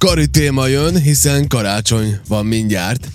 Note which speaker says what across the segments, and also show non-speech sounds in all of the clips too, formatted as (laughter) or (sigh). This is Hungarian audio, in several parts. Speaker 1: Kari téma jön, hiszen karácsony van mindjárt.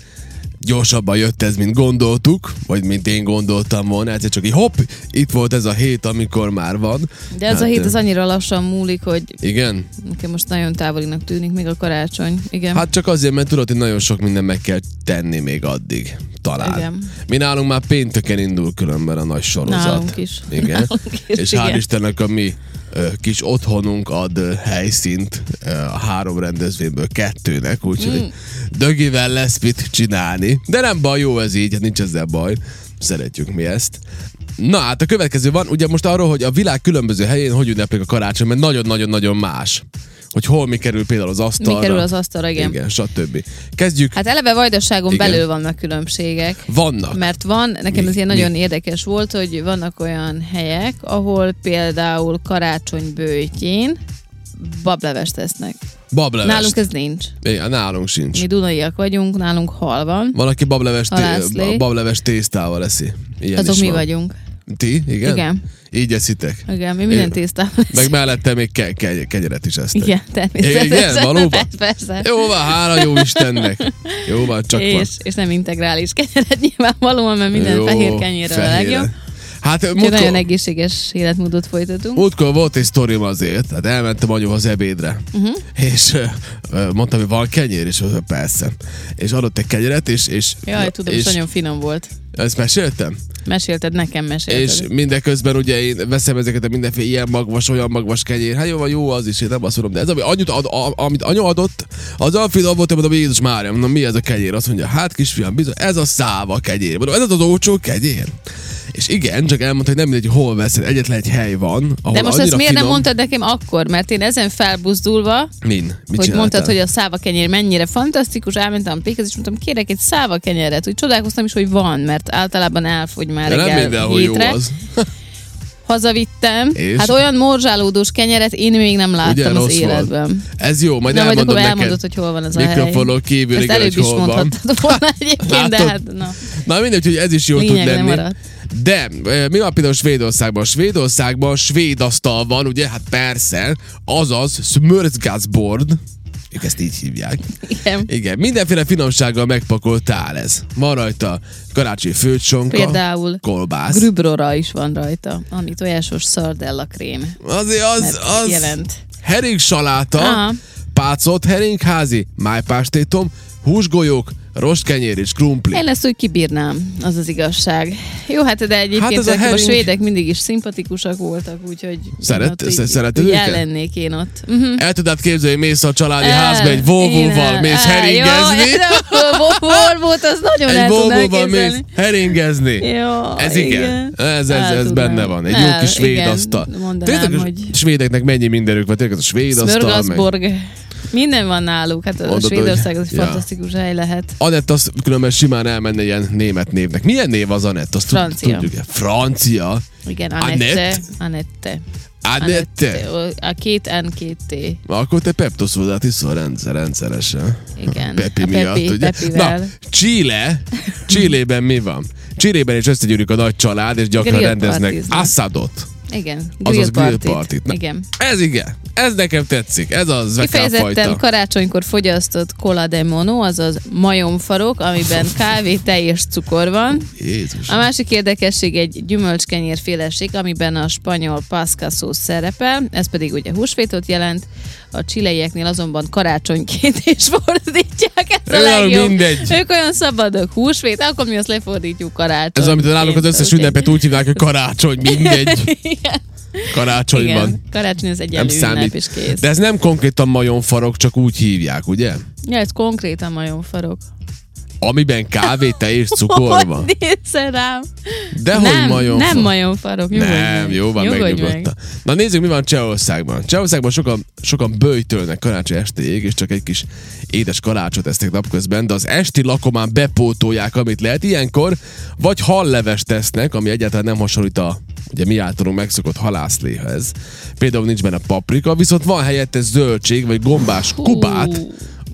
Speaker 1: Gyorsabban jött ez, mint gondoltuk, vagy mint én gondoltam volna. Egyszer csak így hopp, itt volt ez a hét, amikor már van.
Speaker 2: De ez hát, a
Speaker 1: Hát,
Speaker 2: hét
Speaker 1: ö,
Speaker 2: az annyira lassan múlik, hogy
Speaker 1: Igen?
Speaker 2: nekem most nagyon távolinak tűnik még a karácsony. Igen.
Speaker 1: Hát csak azért, mert tudod, hogy nagyon sok mindent meg kell tenni még addig. Talán.
Speaker 2: Igen.
Speaker 1: Mi nálunk már pénteken indul különben a nagy sorozat.
Speaker 2: Nálunk is.
Speaker 1: Igen.
Speaker 2: (laughs) Nálunk is,
Speaker 1: És
Speaker 2: igen.
Speaker 1: hál' Istennek a mi ö, kis otthonunk ad ö, helyszínt ö, a három rendezvényből kettőnek, úgyhogy
Speaker 2: Hmm.
Speaker 1: mm. dögivel lesz mit csinálni. De nem baj, jó ez így, hát nincs ezzel baj. Szeretjük mi ezt. Na hát a következő van, ugye most arról, hogy a világ különböző helyén hogy ünneplik a karácsony, mert nagyon-nagyon-nagyon más. Hogy hol mi kerül például az asztalra.
Speaker 2: Mi kerül az asztalra, igen.
Speaker 1: Igen, stb. Kezdjük. Hát,
Speaker 2: Hát eleve vajdasságon
Speaker 1: Igen.
Speaker 2: belül vannak különbségek.
Speaker 1: Vannak.
Speaker 2: Mert van, nekem
Speaker 1: Mi?
Speaker 2: ez ilyen nagyon
Speaker 1: Mi?
Speaker 2: érdekes volt, hogy vannak olyan helyek, ahol például karácsony bőjtjén bablevest tesznek.
Speaker 1: Bablevest.
Speaker 2: Nálunk ez nincs.
Speaker 1: Igen, nálunk sincs.
Speaker 2: Mi dunaiak vagyunk, nálunk hal van.
Speaker 1: Van, aki bableves,
Speaker 2: Halászlé.
Speaker 1: té- bableves tésztával eszi. Ilyen
Speaker 2: Azok
Speaker 1: is
Speaker 2: mi
Speaker 1: van.
Speaker 2: vagyunk.
Speaker 1: Ti? Igen?
Speaker 2: Igen. Hát,
Speaker 1: Így eszitek.
Speaker 2: Igen, mi minden
Speaker 1: Én-
Speaker 2: tésztában
Speaker 1: Meg mellette még ke- ke- kegyeret is esztek.
Speaker 2: Igen, természetesen.
Speaker 1: Igen, valóban?
Speaker 2: Persze, persze.
Speaker 1: Jó van, hála jó Istennek. Jó van, csak van.
Speaker 2: és, és nem integrális kenyeret nyilvánvalóan, mert minden
Speaker 1: Jó,
Speaker 2: fehér kenyérrel a
Speaker 1: fehére.
Speaker 2: legjobb.
Speaker 1: Hát
Speaker 2: Úgyhogy nagyon
Speaker 1: múltkor,
Speaker 2: egészséges életmódot folytatunk.
Speaker 1: múltkor volt egy sztorim azért, hát elmentem anyuhoz ebédre,
Speaker 2: Mhm.
Speaker 1: uh-huh. és ö, ö, mondtam, hogy van kenyér, és mondta, persze. És adott egy kenyeret, és... és
Speaker 2: Jaj, tudom, és
Speaker 1: és
Speaker 2: nagyon finom volt.
Speaker 1: Ezt meséltem?
Speaker 2: Mesélted, nekem mesélted.
Speaker 1: És mindeközben ugye én veszem ezeket a mindenféle ilyen magvas, olyan magvas kenyér. Hát jó, van, jó az is, én nem azt mondom, de ez, ami anyut ad, a, amit anya adott, az olyan finom volt, hogy mondom, Jézus Mária, mondom, mi ez a kenyér? Azt mondja, hát kisfiam, bizony, ez a száva kenyér. Mondom, ez az az olcsó kenyér. És igen, csak elmondta, hogy nem mindegy, hogy hol veszed, egyetlen egy hely van, ahol
Speaker 2: De most ezt
Speaker 1: annyira
Speaker 2: miért
Speaker 1: finom...
Speaker 2: nem mondtad nekem akkor? Mert én ezen felbuzdulva,
Speaker 1: Min? Mit
Speaker 2: hogy
Speaker 1: csináltál?
Speaker 2: mondtad, hogy a száva kenyér mennyire fantasztikus, elmentem a pékhez, és mondtam, kérek egy száva kenyeret. Úgy csodálkoztam is, hogy van, mert általában elfogy már
Speaker 1: de nem
Speaker 2: reggel
Speaker 1: mindenhol jó
Speaker 2: hétre.
Speaker 1: az.
Speaker 2: Hazavittem.
Speaker 1: És?
Speaker 2: Hát olyan morzsálódós kenyeret én még nem láttam
Speaker 1: Ugye,
Speaker 2: az
Speaker 1: rossz volt.
Speaker 2: életben.
Speaker 1: Ez jó, majd
Speaker 2: Na, vagy
Speaker 1: elmondom
Speaker 2: akkor
Speaker 1: neked.
Speaker 2: elmondod, hogy hol van az a hely.
Speaker 1: Mikrofonon kívül,
Speaker 2: Ezt
Speaker 1: igen,
Speaker 2: előbb
Speaker 1: hogy
Speaker 2: is
Speaker 1: hol van. (laughs)
Speaker 2: mondhattad volna egyébként, de
Speaker 1: Látod?
Speaker 2: hát na.
Speaker 1: Na mindegy, hogy ez is jó tud
Speaker 2: Lényegre
Speaker 1: lenni.
Speaker 2: maradt.
Speaker 1: De ö, mi van például Svédországban? Svédországban svéd asztal van, ugye? Hát persze, azaz smörgásbord. Ők ezt így hívják.
Speaker 2: Igen.
Speaker 1: Igen, mindenféle finomsággal megpakolt tál ez. Van rajta karácsonyi főcsonka,
Speaker 2: Például
Speaker 1: kolbász.
Speaker 2: Grübrora is van rajta, ami tojásos szardella krém.
Speaker 1: Azért az,
Speaker 2: Az...
Speaker 1: az
Speaker 2: Jelent.
Speaker 1: hering saláta,
Speaker 2: Aha.
Speaker 1: pácolt heringházi, májpástétom, húsgolyók, rostkenyér és krumpli.
Speaker 2: Én ezt úgy kibírnám, az az igazság. Jó, hát de
Speaker 1: Hát
Speaker 2: egyébként
Speaker 1: ez a
Speaker 2: hát a, a
Speaker 1: hering-
Speaker 2: svédek mindig is szimpatikusak voltak, úgyhogy
Speaker 1: Szeret-
Speaker 2: ott így-
Speaker 1: szereted
Speaker 2: így
Speaker 1: őket?
Speaker 2: ellennék én ott. Mhm.
Speaker 1: El tudnád képzelni, hogy mész a családi
Speaker 2: El,
Speaker 1: házba egy
Speaker 2: igen.
Speaker 1: vóvóval, mész
Speaker 2: Á,
Speaker 1: heringezni.
Speaker 2: Jó, volt, az nagyon el
Speaker 1: Egy
Speaker 2: tudnám
Speaker 1: bóbóval mész
Speaker 2: képzelni.
Speaker 1: heringezni.
Speaker 2: Jó,
Speaker 1: Ez igen. Ez, ez,
Speaker 2: El
Speaker 1: ez
Speaker 2: tudnám.
Speaker 1: benne van. Egy jó
Speaker 2: El,
Speaker 1: kis svéd
Speaker 2: igen.
Speaker 1: asztal.
Speaker 2: Mondanám,
Speaker 1: Tényleg a
Speaker 2: hogy
Speaker 1: svédeknek mennyi mindenük van. Tényleg ez a svéd asztal. meg-
Speaker 2: Smörgaszborg. Minden van náluk. Hát a
Speaker 1: Mondod,
Speaker 2: Svédország
Speaker 1: hogy-
Speaker 2: az egy
Speaker 1: Ja.
Speaker 2: fantasztikus hely lehet.
Speaker 1: Anett az különben simán elmenne ilyen német névnek. Milyen név az Anett? Azt tud-
Speaker 2: Francia.
Speaker 1: tudjuk-e? Francia.
Speaker 2: Igen, Anette.
Speaker 1: Anette?
Speaker 2: Anette.
Speaker 1: Anette.
Speaker 2: A két N, két T.
Speaker 1: Akkor te Peptos vodát iszol rendszer, rendszeresen.
Speaker 2: Igen.
Speaker 1: Pepi
Speaker 2: a
Speaker 1: miatt,
Speaker 2: Pepi,
Speaker 1: ugye?
Speaker 2: Pepivel.
Speaker 1: Na, Chile, Chilében mi van? Chilében is összegyűrjük a nagy család, és gyakran
Speaker 2: Grill
Speaker 1: rendeznek
Speaker 2: partiznak.
Speaker 1: assadot.
Speaker 2: Igen.
Speaker 1: Azaz grill
Speaker 2: grillpartit.
Speaker 1: partit. Na,
Speaker 2: Igen.
Speaker 1: Ez igen, ez nekem tetszik, ez az vetkán
Speaker 2: Kifejezetten
Speaker 1: fajta.
Speaker 2: karácsonykor fogyasztott cola de mono, azaz majomfarok,
Speaker 1: (laughs)
Speaker 2: amiben kávé, tej és cukor van.
Speaker 1: Jézus.
Speaker 2: A másik érdekesség egy gyümölcskenyérféleség, amiben a spanyol pasca szósz szerepel, ez pedig ugye húsvétot jelent, a csileieknél azonban karácsonyként (laughs) is fordítják, ez a
Speaker 1: Ő náluk
Speaker 2: legjobb.
Speaker 1: mindegy.
Speaker 2: Ők olyan szabadok, húsvét, akkor mi azt lefordítjuk karácsony.
Speaker 1: Ez, amit nálunk az összes ünnepet
Speaker 2: (laughs)
Speaker 1: úgy hívják, hogy karácsony, mindegy. Karácsonyban.
Speaker 2: Igen, karácsony az
Speaker 1: Nem
Speaker 2: egyenlő
Speaker 1: számít.
Speaker 2: ünnep, és kész.
Speaker 1: De
Speaker 2: De...
Speaker 1: ez nem konkrétan majomfarok, csak úgy hívják, ugye?
Speaker 2: Ja, ez konkrétan majomfarok.
Speaker 1: Amiben kávé, te
Speaker 2: (laughs)
Speaker 1: és cukor van.
Speaker 2: Hogy nézze rám?
Speaker 1: Dehogy
Speaker 2: nem,
Speaker 1: majomfarok.
Speaker 2: nem majomfarok, nyugodj
Speaker 1: Nem,
Speaker 2: meg.
Speaker 1: jó van,
Speaker 2: Nyugodj meg.
Speaker 1: megnyugodtan. Na nézzük, mi van Csehországban. Csehországban sokan, sokan böjtölnek karácsony estéig, és csak egy kis édes kalácsot esznek napközben, de az esti lakomán bepótolják, amit lehet. Ilyenkor vagy hallevest tesznek, ami egyáltalán nem hasonlít a ugye mi általunk megszokott halászléhez. Például nincs benne paprika, viszont van helyette zöldség vagy gombás kubát,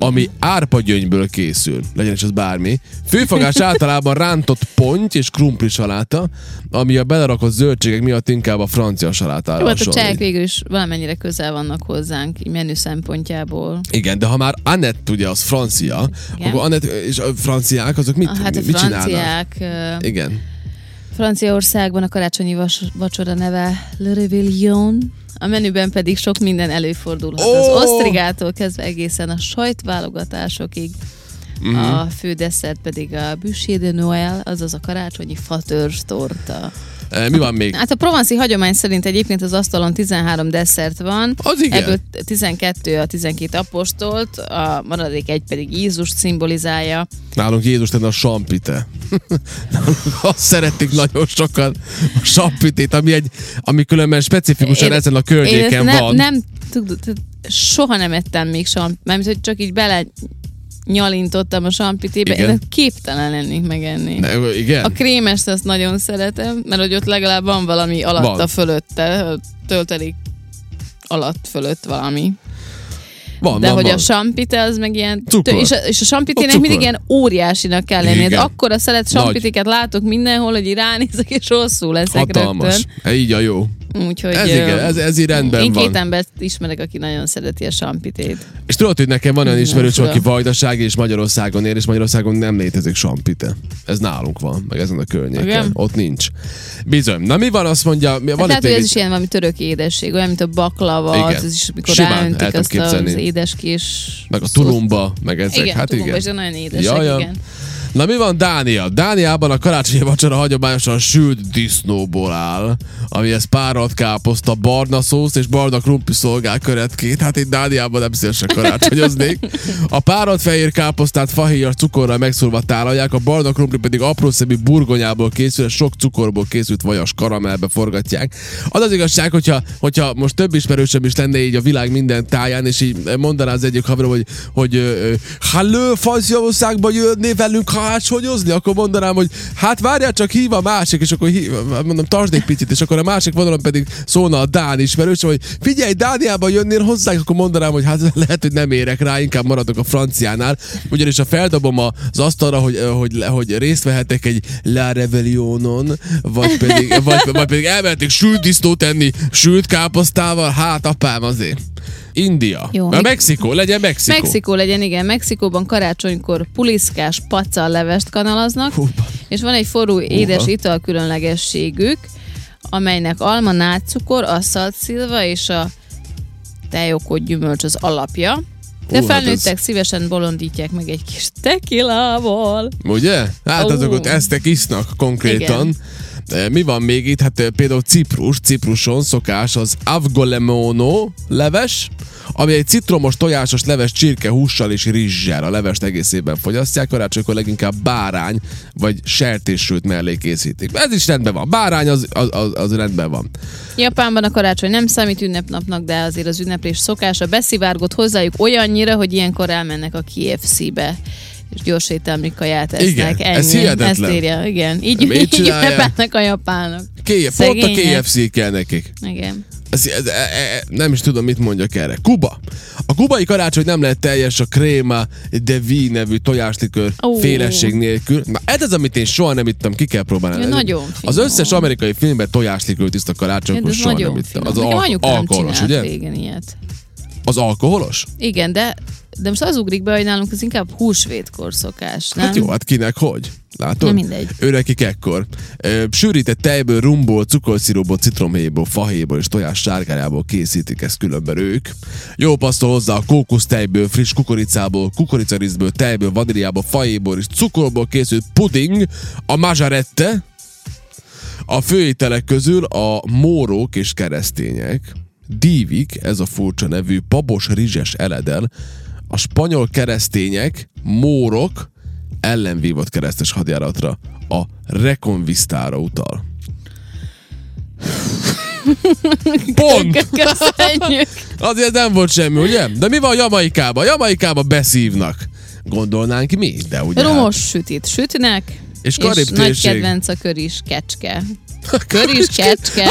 Speaker 1: ami árpagyöngyből készül, legyen is az bármi.
Speaker 2: (laughs)
Speaker 1: Főfogás általában rántott ponty és krumpli saláta, ami a belerakott zöldségek miatt inkább a francia salátára
Speaker 2: Jó, hát a csehek
Speaker 1: hasonlít.
Speaker 2: végül is valamennyire közel vannak hozzánk, így menü szempontjából.
Speaker 1: Igen, de ha már Annett ugye az francia,
Speaker 2: Igen.
Speaker 1: akkor Annett ö, és a franciák azok mit,
Speaker 2: Ah, hát a
Speaker 1: mit, mit csinálnak?
Speaker 2: franciák, ö,
Speaker 1: Igen.
Speaker 2: Franciaországban a karácsonyi vas, vacsora neve Le Réveillon, a menüben pedig sok minden előfordulhat. Oh! Az
Speaker 1: Ó!
Speaker 2: osztrigától kezdve egészen a sajtválogatásokig,
Speaker 1: Mhm.
Speaker 2: mm-hmm. a fő desszert pedig a Bûché de Noël, azaz a karácsonyi fatörs torta.
Speaker 1: E, Mi van még?
Speaker 2: Hát a provanci hagyomány szerint egyébként az asztalon 13 desszert van.
Speaker 1: Az igen.
Speaker 2: Ebből 12 a 12 apostolt, a maradék egy pedig Jézust szimbolizálja.
Speaker 1: Nálunk Jézus lenne a sampite. (laughs) Nálunk azt szeretik nagyon sokan a sampitét, ami, egy, ami különben specifikusan
Speaker 2: Én-
Speaker 1: ezen a
Speaker 2: Én ezt
Speaker 1: környéken
Speaker 2: nem,
Speaker 1: van.
Speaker 2: nem tudod, tudod, soha nem ettem még sampit, mert hogy csak így bele nyalintottam a sampitébe,
Speaker 1: Igen.
Speaker 2: én ezt képtelen lennék megenni.
Speaker 1: Ne, ö, igen?
Speaker 2: A krémest azt nagyon szeretem, mert hogy ott legalább van valami alatta
Speaker 1: Van.
Speaker 2: fölötte, töltelik alatt fölött valami.
Speaker 1: van,
Speaker 2: De
Speaker 1: van,
Speaker 2: hogy
Speaker 1: van.
Speaker 2: a sampite az meg ilyen...
Speaker 1: Cukor.
Speaker 2: és, a, és a
Speaker 1: A
Speaker 2: sampitének
Speaker 1: cukor.
Speaker 2: mindig ilyen óriásinak kell lenni.
Speaker 1: Igen.
Speaker 2: Hát Akkor a szelet
Speaker 1: Nagy.
Speaker 2: sampitiket látok mindenhol, hogy így ránézek, és rosszul leszek
Speaker 1: Hatalmas.
Speaker 2: rögtön.
Speaker 1: E, Így a jó.
Speaker 2: Úgyhogy...
Speaker 1: Ez,
Speaker 2: ö,
Speaker 1: igen, ez, ez így rendben
Speaker 2: Én
Speaker 1: van.
Speaker 2: két embert ismerek, aki nagyon szereti a sampitét. Hát
Speaker 1: És tudod, hogy nekem van olyan
Speaker 2: Nem
Speaker 1: ismerős,
Speaker 2: tudom.
Speaker 1: aki vajdasági és Magyarországon él, és Magyarországon nem létezik sampite. Ez nálunk van, meg ezen a környéken.
Speaker 2: Igen?
Speaker 1: Ott nincs. Bizony. Na mi van, azt mondja, mi-
Speaker 2: Hát
Speaker 1: van
Speaker 2: lehet,
Speaker 1: itt még
Speaker 2: hogy ez
Speaker 1: egy-
Speaker 2: is ilyen valami török édesség, olyan, mint a baklava,
Speaker 1: Igen.
Speaker 2: az is, mikor
Speaker 1: Simán el
Speaker 2: ráöntik
Speaker 1: tudom
Speaker 2: azt az
Speaker 1: képzelni.
Speaker 2: édes kis...
Speaker 1: meg a tulumba, meg ezek.
Speaker 2: Igen,
Speaker 1: hát
Speaker 2: tulumba,
Speaker 1: igen.
Speaker 2: és de nagyon édesek,
Speaker 1: Ja,
Speaker 2: ja,
Speaker 1: ja.
Speaker 2: igen.
Speaker 1: Na mi van Dánia? Dániában a karácsonyi vacsora hagyományosan sült disznóból áll, amihez páralt káposzta, barna szósz és barna krumpli szolgál köretkét. Hát itt Dániában nem szívesen karácsonyoznék. A páralt fehér káposztát fahéjjal cukorral megszúrva tálalják, a barna krumpli pedig apró szemű burgonyából készül, és sok cukorból készült vajas karamellbe forgatják. Az az igazság, hogyha, hogyha most több ismerősöm is lenne így a világ minden táján, és így mondaná az egyik haverom, hogy, hogy ö, ö, Halló, Franciaországba jönné velünk hátsonyozni? Akkor mondanám, hogy hát várjál csak, hív a másik, és akkor hív, mondom, tartsd egy picit, és akkor a másik vonalon pedig szólna a Dán ismerősöm, hogy figyelj, Dániában jönnél hozzánk, akkor mondanám, hogy hát (laughs) lehet, hogy nem érek rá, inkább maradok a franciánál, ugyanis ha feldobom az asztalra, hogy, hogy, le- hogy részt vehetek egy La Revelionon, vagy pedig, vagy, vagy pedig elmehetek sült disznót enni, sült káposztával, hát apám azért. India.
Speaker 2: Jó,
Speaker 1: Jó,
Speaker 2: mi-
Speaker 1: Mexikó, legyen Mexikó.
Speaker 2: Mexikó legyen, igen. Mexikóban karácsonykor puliszkás pacallevest kanalaznak,
Speaker 1: Húba.
Speaker 2: és van egy forró édes ital különlegességük, amelynek alma, nátszukor, asszalt szilva és a tejokot gyümölcs az alapja. De
Speaker 1: Hú, hát
Speaker 2: felnőttek szívesen bolondítják meg egy kis tekilával.
Speaker 1: Ugye? Hát
Speaker 2: Ó.
Speaker 1: azok ott eztek, isznak konkrétan. Igen. Mi van még itt? Hát eh, például Ciprus, Cipruson szokás az avgolemono leves, ami egy citromos, tojásos leves csirke hússal és rizssel. A levest egész évben fogyasztják, karácsonykor leginkább bárány vagy sertéssült mellé készítik. Ez is rendben van. Bárány az, az, az, az rendben van.
Speaker 2: Japánban a karácsony nem számít ünnepnapnak, de azért az ünneplés szokása beszivárgott hozzájuk olyannyira, hogy ilyenkor elmennek a KFC-be és gyors ételmi kaját esznek.
Speaker 1: Igen,
Speaker 2: Ennyi.
Speaker 1: ez hihetetlen.
Speaker 2: Ezt írja, igen. Így,
Speaker 1: Mit
Speaker 2: így
Speaker 1: csinálják?
Speaker 2: ünnepelnek a japánok.
Speaker 1: Ké- pont a
Speaker 2: Szegények.
Speaker 1: KFC kell nekik.
Speaker 2: Igen.
Speaker 1: Ez, ez, e, e, nem is tudom, mit mondjak erre. Kuba. A kubai karácsony nem lehet teljes a kréma de vi nevű tojáslikör
Speaker 2: Ó.
Speaker 1: oh. félesség nélkül. Na, ez az, amit én soha nem ittam, ki kell próbálni.
Speaker 2: Ja,
Speaker 1: Ez-
Speaker 2: nagyon
Speaker 1: Az
Speaker 2: finom.
Speaker 1: összes amerikai filmben tojáslikőr tiszta
Speaker 2: Hát
Speaker 1: karácsonykor
Speaker 2: ez
Speaker 1: soha nem
Speaker 2: nagyon
Speaker 1: ittam.
Speaker 2: finom.
Speaker 1: Az
Speaker 2: Nekem
Speaker 1: al-
Speaker 2: anyukám
Speaker 1: alkoholos,
Speaker 2: csinált
Speaker 1: ugye?
Speaker 2: régen ilyet.
Speaker 1: Az alkoholos?
Speaker 2: Igen, de, de most az ugrik be, hogy nálunk az inkább húsvétkor szokás, nem?
Speaker 1: Hát jó, hát kinek hogy? Látod?
Speaker 2: Na mindegy.
Speaker 1: Őrekik ekkor. Ö, Sűrített tejből, rumból, cukorszirupból, citromhéjból, fahéjból és tojás sárgájából készítik ezt különben ők. Jó pasztol hozzá a kókusztejből, friss kukoricából, kukoricariszből, tejből, vaníliából, fahéjból és cukorból készült puding, a mazsarette, a főételek közül a mórók és keresztények, dívik, ez a furcsa nevű babos rizses eledel, a spanyol keresztények, mórok ellen vívott keresztes hadjáratra, a rekonvisztára
Speaker 2: (laughs)
Speaker 1: utal. Pont! (laughs)
Speaker 2: Köszönjük.
Speaker 1: Azért nem volt semmi, ugye? De mi van Jamaikában? Jamaikába beszívnak. Gondolnánk mi, de ugye... hát-
Speaker 2: Romos sütit sütnek,
Speaker 1: És
Speaker 2: és
Speaker 1: karib
Speaker 2: nagy
Speaker 1: térség. (laughs)
Speaker 2: kedvenc a köris kecske. Köris kecske.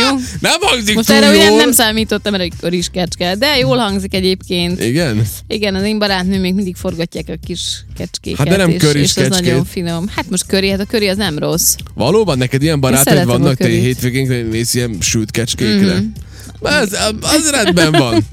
Speaker 2: Jó?
Speaker 1: Nem hangzik
Speaker 2: Most
Speaker 1: túl
Speaker 2: erre
Speaker 1: jól.
Speaker 2: ugyan nem számítottam, mert akkor is kecske, de jól hangzik egyébként.
Speaker 1: Igen?
Speaker 2: Igen, az én barátnőm még mindig forgatják a kis kecskéket.
Speaker 1: Hát de nem
Speaker 2: és,
Speaker 1: köris
Speaker 2: és az
Speaker 1: kecskét.
Speaker 2: nagyon finom. Hát most köri, hát a köri az nem rossz.
Speaker 1: Valóban neked ilyen barátod
Speaker 2: szeretem a Mhm.
Speaker 1: vannak, te
Speaker 2: körét.
Speaker 1: hétvégén mész ilyen sült kecskékre? Mm. Az, az rendben van.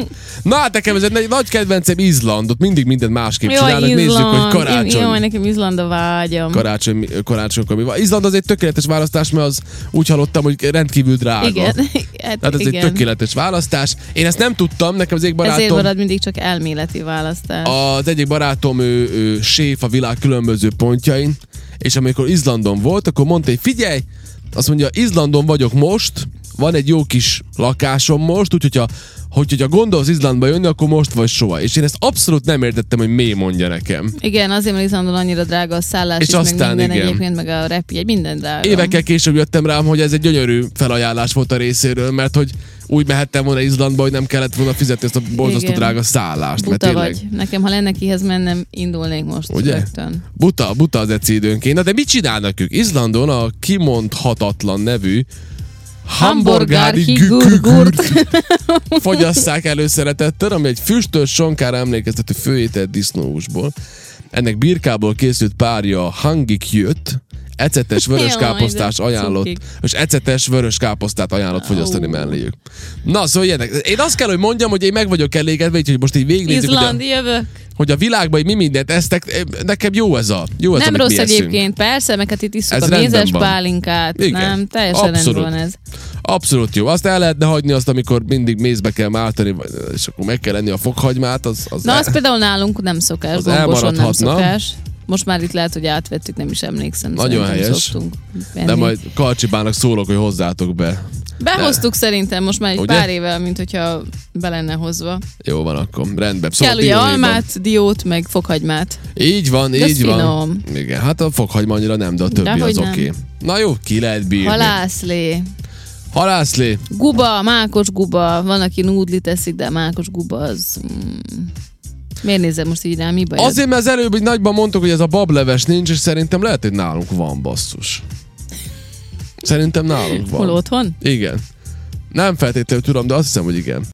Speaker 1: Na hát nekem ez egy nagy- nagy kedvencem Izlandot, mindig mindent másképp
Speaker 2: Jó,
Speaker 1: csinálnak, nézzük, hogy
Speaker 2: Jó,
Speaker 1: karácsony.
Speaker 2: nekem Izland a vágyam.
Speaker 1: Karácsony, mi- karácsonykor mi van. Izland az egy tökéletes választás, mert az úgy hallottam, hogy rendkívül drága.
Speaker 2: igen. (laughs) Hát,
Speaker 1: Tehát ez
Speaker 2: igen.
Speaker 1: egy tökéletes választás. Én ezt nem tudtam, nekem az egyik
Speaker 2: Ezért
Speaker 1: barátom...
Speaker 2: marad mindig csak elméleti választás.
Speaker 1: Az egyik barátom, ő, ő séf a világ különböző pontjain, és amikor Izlandon volt, akkor mondta, hogy figyelj, azt mondja, Izlandon vagyok most, van egy jó kis lakásom most, úgyhogy ha, hogy, hogyha gondolsz Izlandba jönni, akkor most vagy soha. És én ezt abszolút nem értettem, hogy mi mondja nekem.
Speaker 2: Igen, azért, mert Izlandon annyira drága a szállás,
Speaker 1: És
Speaker 2: és,
Speaker 1: aztán
Speaker 2: meg minden
Speaker 1: igen.
Speaker 2: egyébként, meg a repjegy, minden drága.
Speaker 1: Évekkel később jöttem rám, hogy ez egy gyönyörű felajánlás volt a részéről, mert hogy úgy mehettem volna Izlandba, hogy nem kellett volna fizetni ezt a borzasztó
Speaker 2: Igen.
Speaker 1: drága szállást. mert
Speaker 2: Buta
Speaker 1: tényleg-
Speaker 2: vagy. Nekem, ha lenne kihez mennem, indulnék most
Speaker 1: Ugye?
Speaker 2: Ugye? rögtön.
Speaker 1: Buta, buta az eci időnként. Na de mit csinálnak ők? Izlandon a kimondhatatlan nevű hamburgári gürgurt
Speaker 2: gurgurt.
Speaker 1: (laughs) fogyasszák előszeretettel, ami egy füstös sonkára emlékeztető főétel disznóhúsból. Ennek birkából készült párja a hangikjött, ecetes vörös
Speaker 2: (laughs) Jaj, de
Speaker 1: káposztás ajánlott,
Speaker 2: cukik.
Speaker 1: és ecetes vörös káposztát ajánlott fogyasztani melléjük. Na, szóval ilyenek. Én azt kell, hogy mondjam, hogy én meg vagyok elégedve, így, hogy most így végignézzük, hogy a,
Speaker 2: Izland, jövök.
Speaker 1: hogy a világban így mi mindent eztek. Nekem jó ez a, jó ez
Speaker 2: nem
Speaker 1: amit
Speaker 2: rossz
Speaker 1: mi eszünk.
Speaker 2: egyébként, persze, meg hát itt iszunk
Speaker 1: Ez
Speaker 2: a
Speaker 1: rendben
Speaker 2: mézes
Speaker 1: van.
Speaker 2: pálinkát.
Speaker 1: Igen.
Speaker 2: Nem, teljesen
Speaker 1: Abszolút.
Speaker 2: rendben van ez.
Speaker 1: Abszolút jó. Azt el lehetne hagyni azt, amikor mindig mézbe kell mártani, vagy- és akkor meg kell enni a fokhagymát, az, az,
Speaker 2: Na,
Speaker 1: el-
Speaker 2: az például nálunk nem szokás,
Speaker 1: Az
Speaker 2: gomboson nem
Speaker 1: elmaradhatna.
Speaker 2: szokás. Most már itt lehet, hogy átvettük, nem is emlékszem.
Speaker 1: Nagyon
Speaker 2: szerintem
Speaker 1: helyes.
Speaker 2: Szoktunk
Speaker 1: de
Speaker 2: enni.
Speaker 1: majd Karcsibának szólok, hogy hozzátok be.
Speaker 2: Behoztuk szerintem most már egy
Speaker 1: Ugye?
Speaker 2: pár évvel, mint hogyha be lenne hozva.
Speaker 1: Jó van akkor, rendben. Szóval
Speaker 2: Kell ugye
Speaker 1: dióhéjban.
Speaker 2: almát, diót, meg fokhagymát.
Speaker 1: Így van,
Speaker 2: De
Speaker 1: így van.
Speaker 2: finom.
Speaker 1: Igen, hát a fokhagyma annyira nem, de a többi
Speaker 2: Dehogy
Speaker 1: az oké.
Speaker 2: nem.
Speaker 1: Okay. Na jó, ki lehet bírni.
Speaker 2: Halászlé,
Speaker 1: Halászlé.
Speaker 2: guba, mákos guba. Van, aki nudlit eszik, de mákos guba az... Mm. Miért nézel most így rá, mi baj?
Speaker 1: Azért, mert az előbb így nagyban mondtuk, hogy ez a bableves nincs, és szerintem lehet, hogy nálunk van basszus. Szerintem nálunk van.
Speaker 2: Hol otthon?
Speaker 1: Igen. Nem feltétlenül tudom, de azt hiszem, hogy igen.